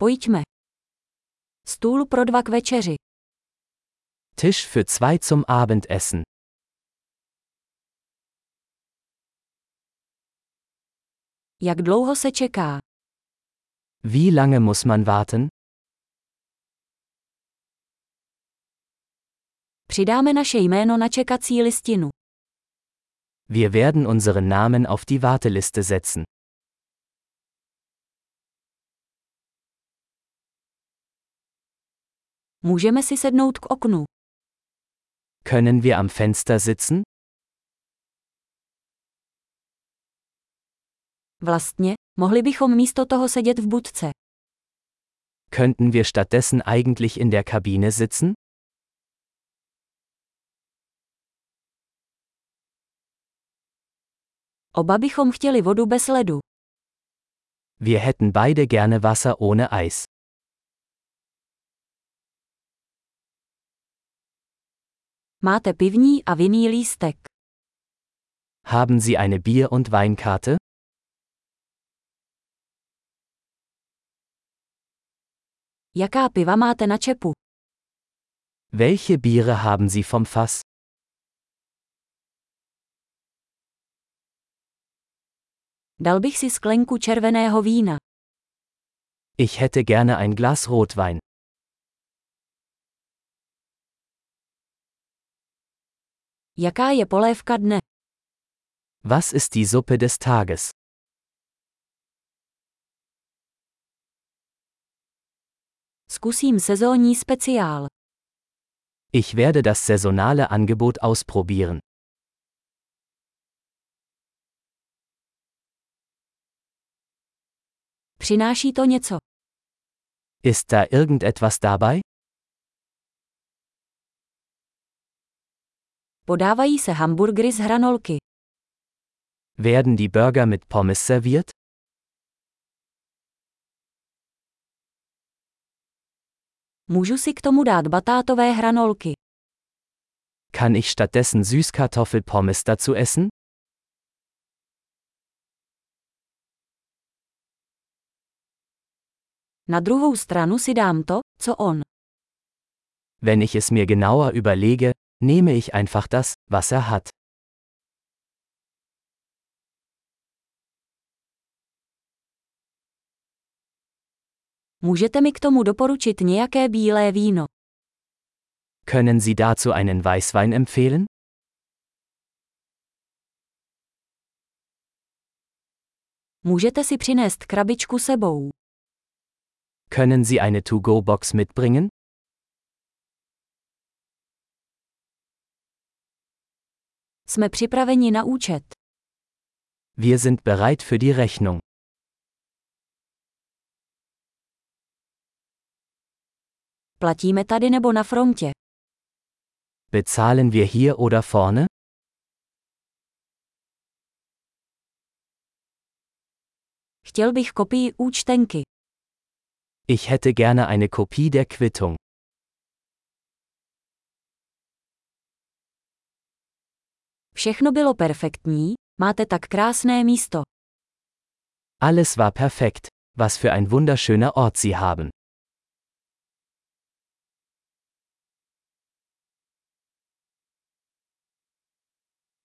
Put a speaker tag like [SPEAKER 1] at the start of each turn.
[SPEAKER 1] Pojďme. Stůl pro dva k večeři.
[SPEAKER 2] Tisch für zwei zum Abendessen.
[SPEAKER 1] Jak dlouho se čeká?
[SPEAKER 2] Wie lange muss man warten?
[SPEAKER 1] Přidáme naše jméno na čekací listinu.
[SPEAKER 2] Wir werden unseren Namen auf die Warteliste setzen.
[SPEAKER 1] Můžeme si sednout k oknu.
[SPEAKER 2] Können wir am Fenster sitzen?
[SPEAKER 1] Vlastně, mohli bychom místo toho sedět v budce.
[SPEAKER 2] Könnten wir stattdessen eigentlich in der Kabine sitzen?
[SPEAKER 1] Oba bychom chtěli vodu bez ledu.
[SPEAKER 2] Wir hätten beide gerne Wasser ohne Eis.
[SPEAKER 1] Máte pivní a vinný lístek.
[SPEAKER 2] Haben Sie eine Bier- und Weinkarte?
[SPEAKER 1] Jaká piva máte na čepu?
[SPEAKER 2] Welche Biere haben Sie vom Fass?
[SPEAKER 1] Dal bych si sklenku červeného vína.
[SPEAKER 2] Ich hätte gerne ein Glas Rotwein.
[SPEAKER 1] Jaká je polévka dne?
[SPEAKER 2] Was ist die Suppe des Tages?
[SPEAKER 1] Zkusím sezónní speciál.
[SPEAKER 2] Ich werde das saisonale Angebot ausprobieren.
[SPEAKER 1] Přináší to něco.
[SPEAKER 2] Ist da irgendetwas dabei?
[SPEAKER 1] Podávají se hamburgery z hranolky.
[SPEAKER 2] Werden die Burger mit Pommes serviert?
[SPEAKER 1] Můžu si k tomu dát batátové hranolky.
[SPEAKER 2] Kann ich stattdessen Süßkartoffelpommes dazu essen?
[SPEAKER 1] Na druhou stranu si dám to, co on.
[SPEAKER 2] Wenn ich es mir genauer überlege, nehme ich einfach das, was er hat.
[SPEAKER 1] Můžete mi k tomu doporučit nějaké bílé víno.
[SPEAKER 2] Können Sie dazu einen Weißwein empfehlen?
[SPEAKER 1] Můžete si přinést krabičku sebou.
[SPEAKER 2] Können Sie eine To-Go-Box mitbringen?
[SPEAKER 1] Jsme připraveni na účet.
[SPEAKER 2] Wir sind bereit für die Rechnung.
[SPEAKER 1] Platíme tady nebo na frontě.
[SPEAKER 2] Bezahlen wir hier oder vorne?
[SPEAKER 1] Chtěl bych kopii účtenky.
[SPEAKER 2] Ich hätte gerne eine Kopie der Quittung.
[SPEAKER 1] Všechno bylo perfektní, máte tak krásné místo.
[SPEAKER 2] Alles war perfekt. Was für ein wunderschöner Ort Sie haben.